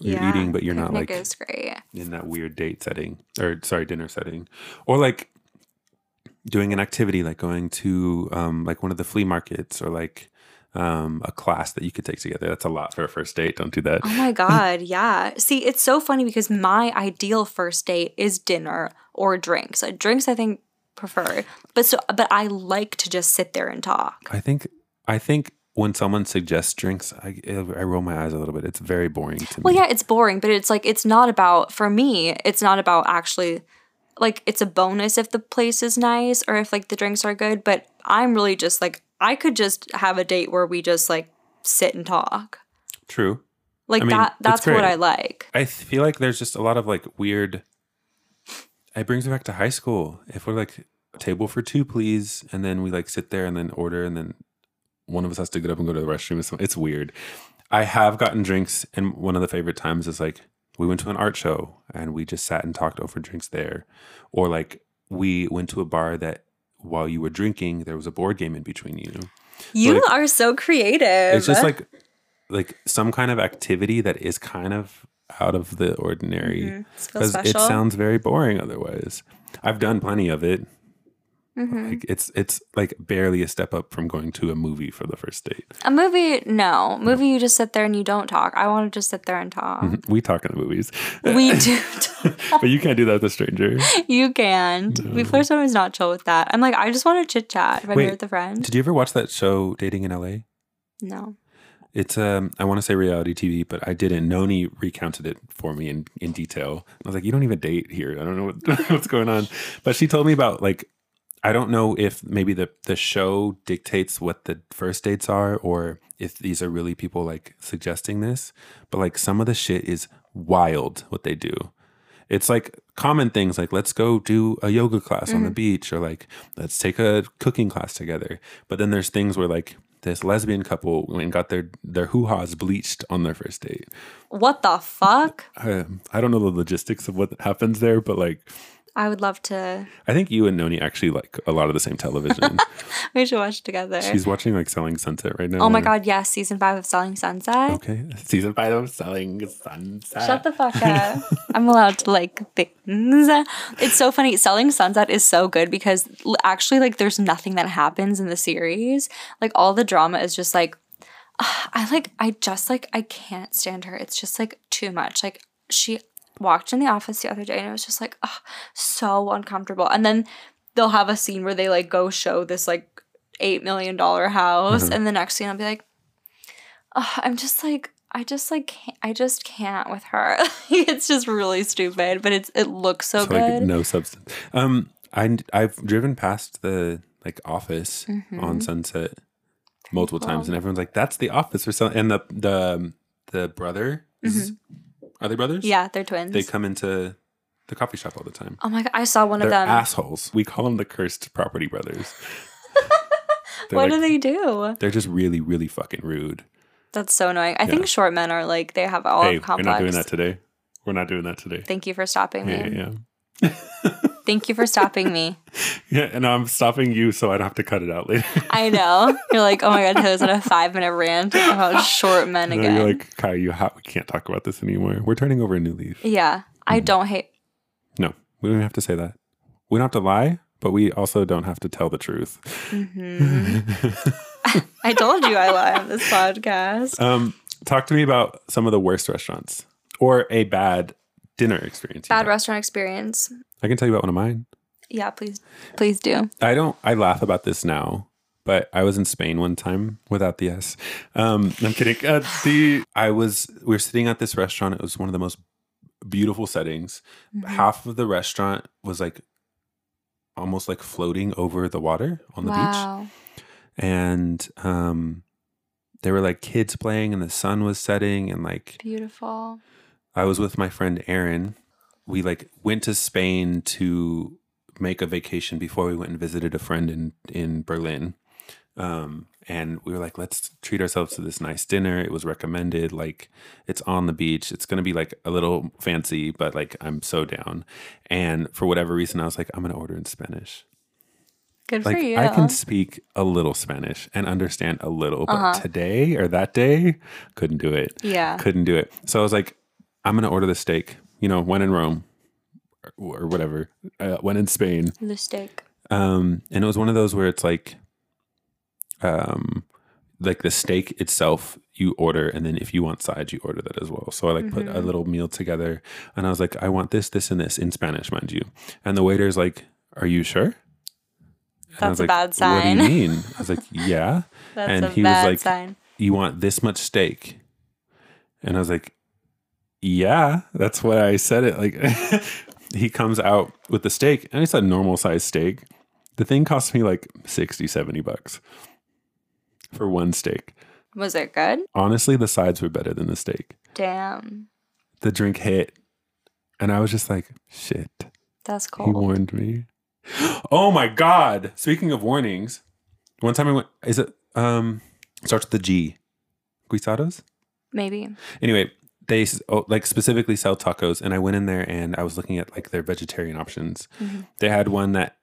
You're Yeah, eating, but you're not Picnic like is great. in that weird date setting or sorry, dinner setting. Or like doing an activity like going to um like one of the flea markets or like um a class that you could take together. That's a lot for a first date. Don't do that. Oh my god, yeah. See, it's so funny because my ideal first date is dinner or drinks. Uh, Drinks I think prefer. But so but I like to just sit there and talk. I think I think when someone suggests drinks, I I roll my eyes a little bit. It's very boring to Well, me. yeah, it's boring, but it's like it's not about for me. It's not about actually like it's a bonus if the place is nice or if like the drinks are good, but I'm really just like I could just have a date where we just like sit and talk. True. Like I mean, that it's that's what great. I like. I th- feel like there's just a lot of like weird it brings me back to high school. If we're like table for two, please, and then we like sit there and then order, and then one of us has to get up and go to the restroom. It's, it's weird. I have gotten drinks, and one of the favorite times is like we went to an art show and we just sat and talked over drinks there, or like we went to a bar that while you were drinking there was a board game in between you. You Like, are so creative. It's just like like some kind of activity that is kind of out of the ordinary. Mhm. It's feel Because it special. sounds very boring otherwise. I've done plenty of it. Mhm. Like it's it's like barely a step up from going to a movie for the first date. A movie, no. Movie, you just sit there and you don't talk. I want to just sit there and talk. We talk in the movies, We do. Talk. but you can't do that with a stranger. You can't. We first always not chill with that. I'm like, I just want to chit chat if I'm Wait, here with a friend. Did you ever watch that show Dating in LA? No. It's um I want to say reality TV, but I didn't. Noni recounted it for me in in detail. I was like, you don't even date here. I don't know what, what's going on. But she told me about like I don't know if maybe the the show dictates what the first dates are or if these are really people like suggesting this, but like some of the shit is wild what they do. It's like common things like let's go do a yoga class on the Mm-hmm. beach or like let's take a cooking class together. But then there's things where like this lesbian couple went and got their their hoo-ha's bleached on their first date. What the fuck? I, I don't know the logistics of what happens there, but like I would love to. I think you and Noni actually like a lot of the same television. We should watch together. She's watching like Selling Sunset right now. oh my god, yes, season five of Selling Sunset. Okay, season five of Selling Sunset. Shut the fuck up. I'm allowed to like things. It's so funny. Selling Sunset is so good because l- actually, like, there's nothing that happens in the series. Like, all the drama is just like, ah, I like, I just like, I can't stand her. It's just like too much. Like, she walked in the office the other day and it was just like, ah, so uncomfortable. And then they'll have a scene where they like go show this like $8 million house. Mm-hmm. And the next scene, I'll be like, Ugh, I'm just like I just like can't, I just can't with her. it's just really stupid, but it's it looks so, So, like good. no substance. Um, I I've driven past the like office Mm-hmm. on Sunset multiple times, and everyone's like, "That's the office for Selling." And the the um, the brother is- are they brothers? Mm-hmm. Yeah, they're twins. they come into the coffee shop all the time. oh my god, I saw one of They're them. assholes. We call them the cursed property brothers. They're what like- do they do? They're just really, really fucking rude. That's so annoying. I think short men are like they have all hey, of complex. we're not doing that today. We're not doing that today. Thank you for stopping me. Yeah, yeah, Thank you for stopping me. yeah. Yeah, and I'm stopping you so I don't have to cut it out later. I know. You're like, oh my god, Taylor's on a five minute rant about short men And again. then you're like, Kai, you ha- we can't talk about this anymore. We're turning over a new leaf. yeah. I Mm-hmm. don't hate No, we don't have to say that. We don't have to lie, but we also don't have to tell the truth. Mm-hmm. I told you I lie on this podcast. Um, talk to me about some of the worst restaurants or a bad dinner experience. you Bad had. restaurant experience. I can tell you about one of mine. Yeah, please please do. I don't. I laugh about this now, but I was in Spain one time without the S. Um, I'm kidding. Uh, the I was. We were sitting at this restaurant. It was one of the most beautiful settings. Mm-hmm. Half of the restaurant was like almost like floating over the water on the beach wow. and um there were like kids playing and the sun was setting and like Beautiful. I was with my friend Aaron. We like went to Spain to make a vacation before we went and visited a friend in in Berlin. Um, and we were like, let's treat ourselves to this nice dinner. It was recommended. Like, it's on the beach. It's gonna be like a little fancy, but like I'm so down. And for whatever reason, I was like, I'm gonna order in Spanish. Good Like, for you. I can speak a little Spanish and understand a little, but Uh-huh. today or that day, couldn't do it yeah. couldn't do it. So I was like, I'm gonna order the steak. You know, when in Rome or, or whatever, uh, when in Spain. The steak. Um, and it was one of those where it's like, um, like the steak itself you order, and then if you want sides, you order that as well. So I like put Mm-hmm. a little meal together, and I was like, I want this, this, and this in Spanish, mind you. And the waiter's like, Are you sure? And I That's was a like, bad What sign. do you mean? I was like, Yeah. That's and a he was bad like- sign. you want this much steak and i was like yeah that's what i said it like he comes out with the steak and it's a normal size steak the thing cost me like 60 70 bucks for one steak Was it good? honestly the sides were better than the steak Damn. the drink hit and i was just like shit That's He cold. warned me. Oh my god! Speaking of warnings, one time I went. Is it um starts with the G? Guisados. Maybe. Anyway, they s- oh, like specifically sell tacos, and I went in there and I was looking at like their vegetarian options. Mhm. They had one that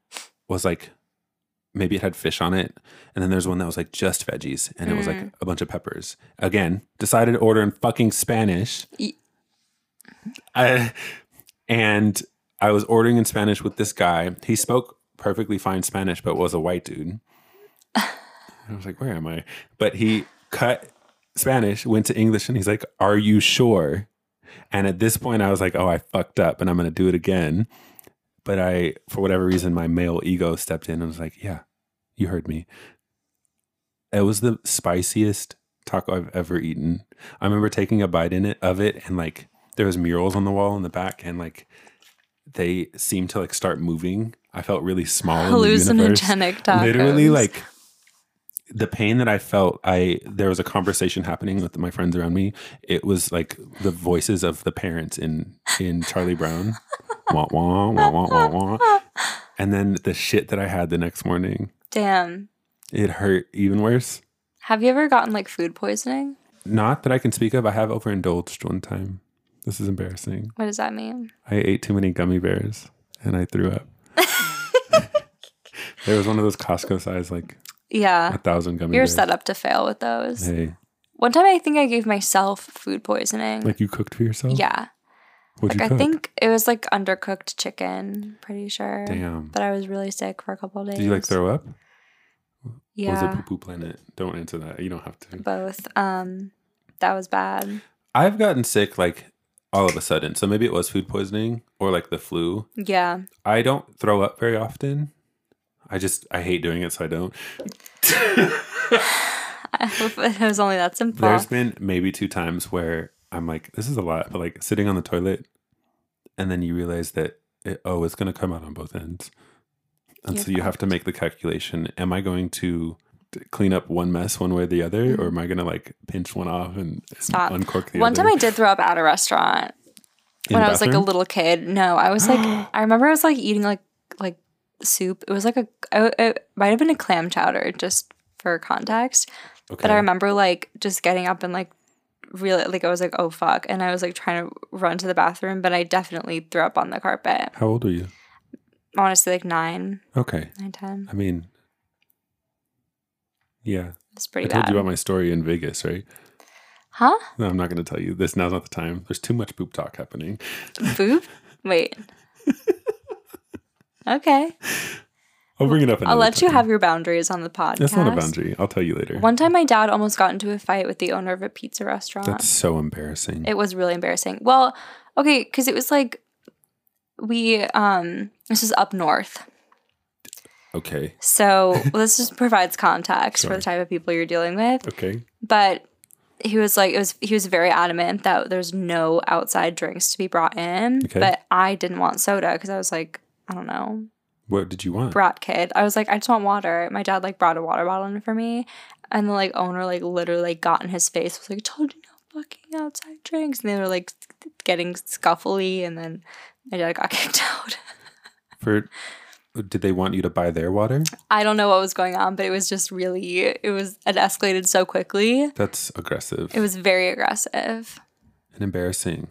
was like maybe it had fish on it, and then there's one that was like just veggies, and it was like a bunch of peppers. Again, decided to order in fucking Spanish. Y- I and I was ordering in Spanish with this guy. He spoke perfectly fine Spanish, but was a white dude. I was like, "Where am I?" But he cut Spanish, went to English, and he's like, Are you sure? And at this point, I was like, Oh, I fucked up and I'm going to do it again. But I, for whatever reason, my male ego stepped in and was like, Yeah, you heard me. It was the spiciest taco I've ever eaten. I remember taking a bite in it of it and like there was murals on the wall in the back and like they seemed to like start moving. I felt really small. in the universe Hallucinogenic tacos. literally like the pain that i felt i there was a conversation happening with my friends around me it was like the voices of the parents in in charlie brown wah, wah, wah, wah, wah, wah. and then the shit that i had the next morning Damn. it hurt even worse Have you ever gotten like food poisoning? not that i can speak of i have overindulged one time this is embarrassing What does that mean? i ate too many gummy bears and i threw up there was one of those costco size like Yeah. a thousand gummy Uh, You're bears set up to fail with those. hey One time I think I gave myself food poisoning. like you cooked for yourself yeah. Like What'd you I cook? think it was like undercooked chicken, pretty sure. Damn. But I was really sick for a couple days. Did you like throw up? Or was it Yeah. poo poo planet? Don't answer that. You don't have to. Both. Um that was bad. I've gotten sick like all of a sudden. So maybe it was food poisoning or like the flu. Yeah. I don't throw up very often. I just I hate doing it, so I don't. it was only that simple. There's been maybe two times where I'm like, this is a lot, but like sitting on the toilet, and then you realize that it, oh, it's going to come out on both ends, and You're so you have to make the calculation: Am I going to t- clean up one mess one way or the other, or am I going to like pinch one off and Mm-hmm. Stop. uncork the One other? time I did throw up at a restaurant in when the I was like a bathroom? little kid. No, I was like I remember I was like eating like like soup. It was like a I- it might have been a clam chowder just for context. okay. But I remember like just getting up and like really like I was like oh fuck and I was like trying to run to the bathroom but I definitely threw up on the carpet. How old were you? Honestly like nine, Okay, nine, ten. I mean, yeah, It's I pretty told bad. you about my story in Vegas, right? huh? No, I'm not going to tell you this. Now's not the time. There's too much poop talk happening. Boob? Wait. Okay. I'll bring it up. I'll another let you time. have your boundaries on the podcast. That's not a boundary. I'll tell you later. One time my dad almost got into a fight with the owner of a pizza restaurant. That's so embarrassing. It was really embarrassing. Well, okay, because it was like we um this is up north. okay. So well, this just provides context for Sorry. the type of people you're dealing with. Okay. But he was like, it was he was very adamant that there's no outside drinks to be brought in. Okay. But I didn't want soda because I was like, I don't know, What did you want? brat kid. I was like, I just want water. My dad like brought a water bottle in for me, and the like owner like literally like, got in his face. Was like, I told you no fucking outside drinks. And they were like getting scuffly, and then my dad got kicked out. For did they want you to buy their water? I don't know what was going on, but it was just really it was it escalated so quickly. That's aggressive It was very aggressive, and embarrassing.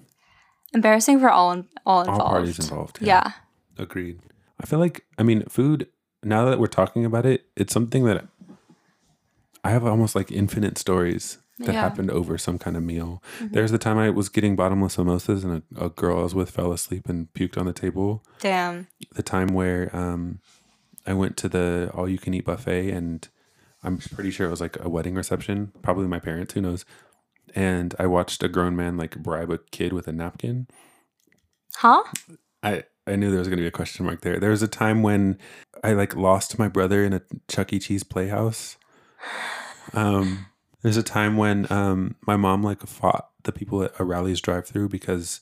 embarrassing for all in, all involved. All parties involved. Yeah. Agreed. I feel like I mean food now that we're talking about it, it's something that I have almost like infinite stories that Yeah. Mm-hmm. happened over some kind of meal. There's the time I was getting bottomless mimosas and a, a girl I was with fell asleep and puked on the table. Damn. the time where um, I went to the all you can eat buffet, and I'm pretty sure it was like a wedding reception, probably my parents, who knows. And I watched a grown man like bribe a kid with a napkin. Huh? I I knew there was gonna be a question mark there. There was a time when I like lost my brother in a Chuck E. Cheese playhouse. Um, there's a time when um my mom like fought the people at a Rally's drive-through because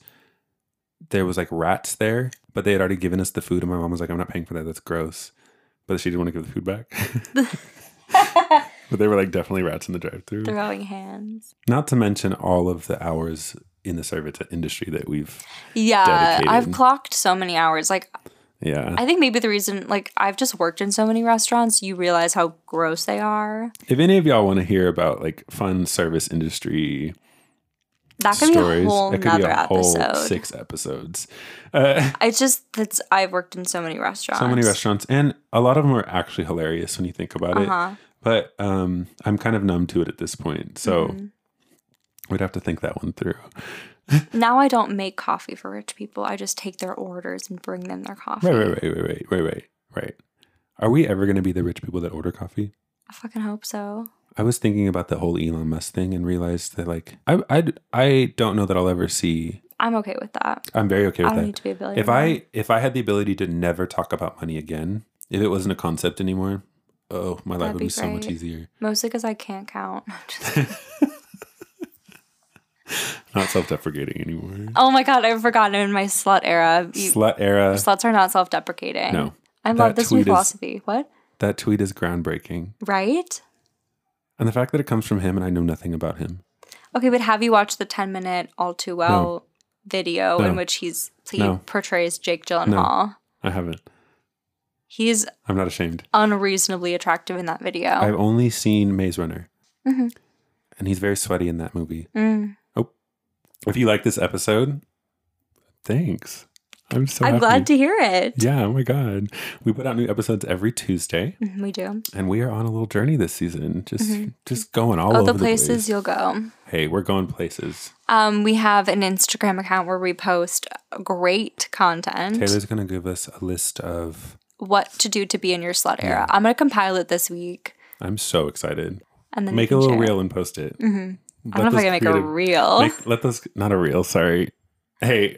there was like rats there, but they had already given us the food, and my mom was like, "I'm not paying for that. That's gross." But she didn't want to give the food back. but they were like definitely rats in the drive-through. Throwing hands. Not to mention all of the hours in the service industry that we've Yeah, I've Dedicated. clocked so many hours. Like Yeah. I think maybe the reason, like, I've just worked in so many restaurants, you realize how gross they are. if any of y'all want to hear about like fun service industry That could stories, be a whole it could be nother a whole episode. six episodes. Uh, It's just that's I've worked in so many restaurants. so many restaurants, and a lot of them are actually hilarious when you think about it. Uh-huh. But um, I'm kind of numb to it at this point, so Mhm. we'd have to think that one through. Now I don't make coffee for rich people. I just take their orders and bring them their coffee. Right, right, right, right, right, right, right, right. Are we ever going to be the rich people that order coffee? I fucking hope so. I was thinking about the whole Elon Musk thing and realized that like I I I don't know that I'll ever see. I'm okay with that. I'm very okay I with don't that. need to be a billionaire. If I if I had the ability to never talk about money again, if it wasn't a concept anymore, oh, my life That'd would be be, so much great. easier. mostly because I can't count. Just- Not self-deprecating anymore. oh my god, I've forgotten in my slut era. You, Slut era. sluts are not self-deprecating. No. I love That this new tweet is- philosophy. What? That tweet is groundbreaking, Right? and the fact that it comes from him and I know nothing about him. Okay, but have you watched the 10 minute All Too Well video No. in which he's he No. portrays Jake Gyllenhaal? I haven't. He's I'm not ashamed. unreasonably attractive in that video. I've only seen Maze Runner, Mhm. and he's very sweaty in that movie. Mm. If you like this episode, thanks. I'm so. I'm happy. glad to hear it. Yeah. Oh my god. We put out new episodes every Tuesday. Mhm, We do. and we are on a little journey this season just Mhm. just going all oh, over the the places place. you'll go. hey we're going places Um, we have an Instagram account where we post great content. taylor's gonna give us a list of What to do to be in your slut era. I'm gonna compile it this week i'm so excited and then make a little reel and post it Mm-hmm. I don't Let know if I this can make a creative- reel. make- let this not a reel sorry hey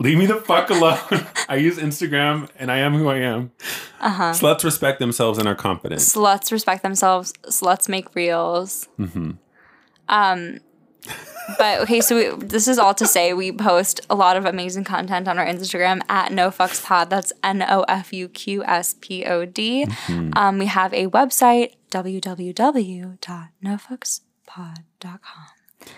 leave me the fuck alone i use instagram and i am who i am uh huh. sluts respect themselves and are confident Sluts respect themselves. Sluts make reels. hmm Um, but okay, so we, this is all to say we post a lot of amazing content on our Instagram at NoFucksPod. That's N O F U Q S P O D. Mm-hmm. Um, we have a website, www.nofuckspod.com.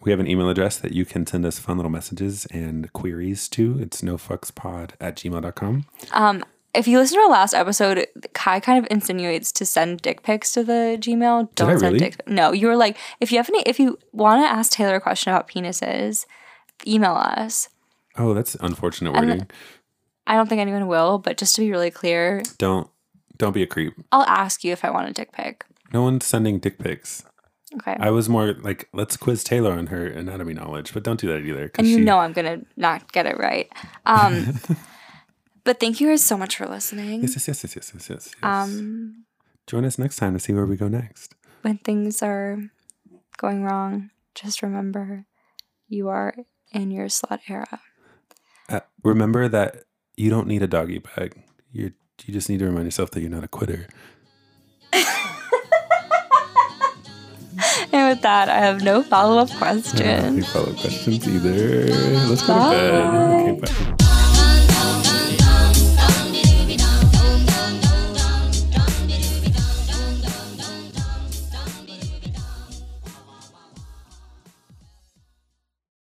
we have an email address that you can send us fun little messages and queries to it's nofuckspod at gmail.com If you listen to our last episode, Kai kind of insinuates to send dick pics to the Gmail. Don't I send really? dick. No, you were like, if you have any, if you want to ask Taylor a question about penises, email us. oh that's unfortunate And- wording I don't think anyone will, but just to be really clear, don't don't be a creep I'll ask you if I want a dick pic. No one's sending dick pics. Okay. I was more like, let's quiz Taylor on her anatomy knowledge, but don't do that either. 'cause and you she- know I'm going to not get it right. Um, but thank you guys so much for listening. Yes, yes, yes, yes, yes, yes, yes. Um, Um, Join us next time to see where we go next. when things are going wrong, just remember you are in your slut era. Uh, remember that you don't need a doggy bag. You you just need to remind yourself that you're not a quitter. And with that, I have no follow up I don't have question. any follow-up questions either. Let's go to bed. Okay, bye.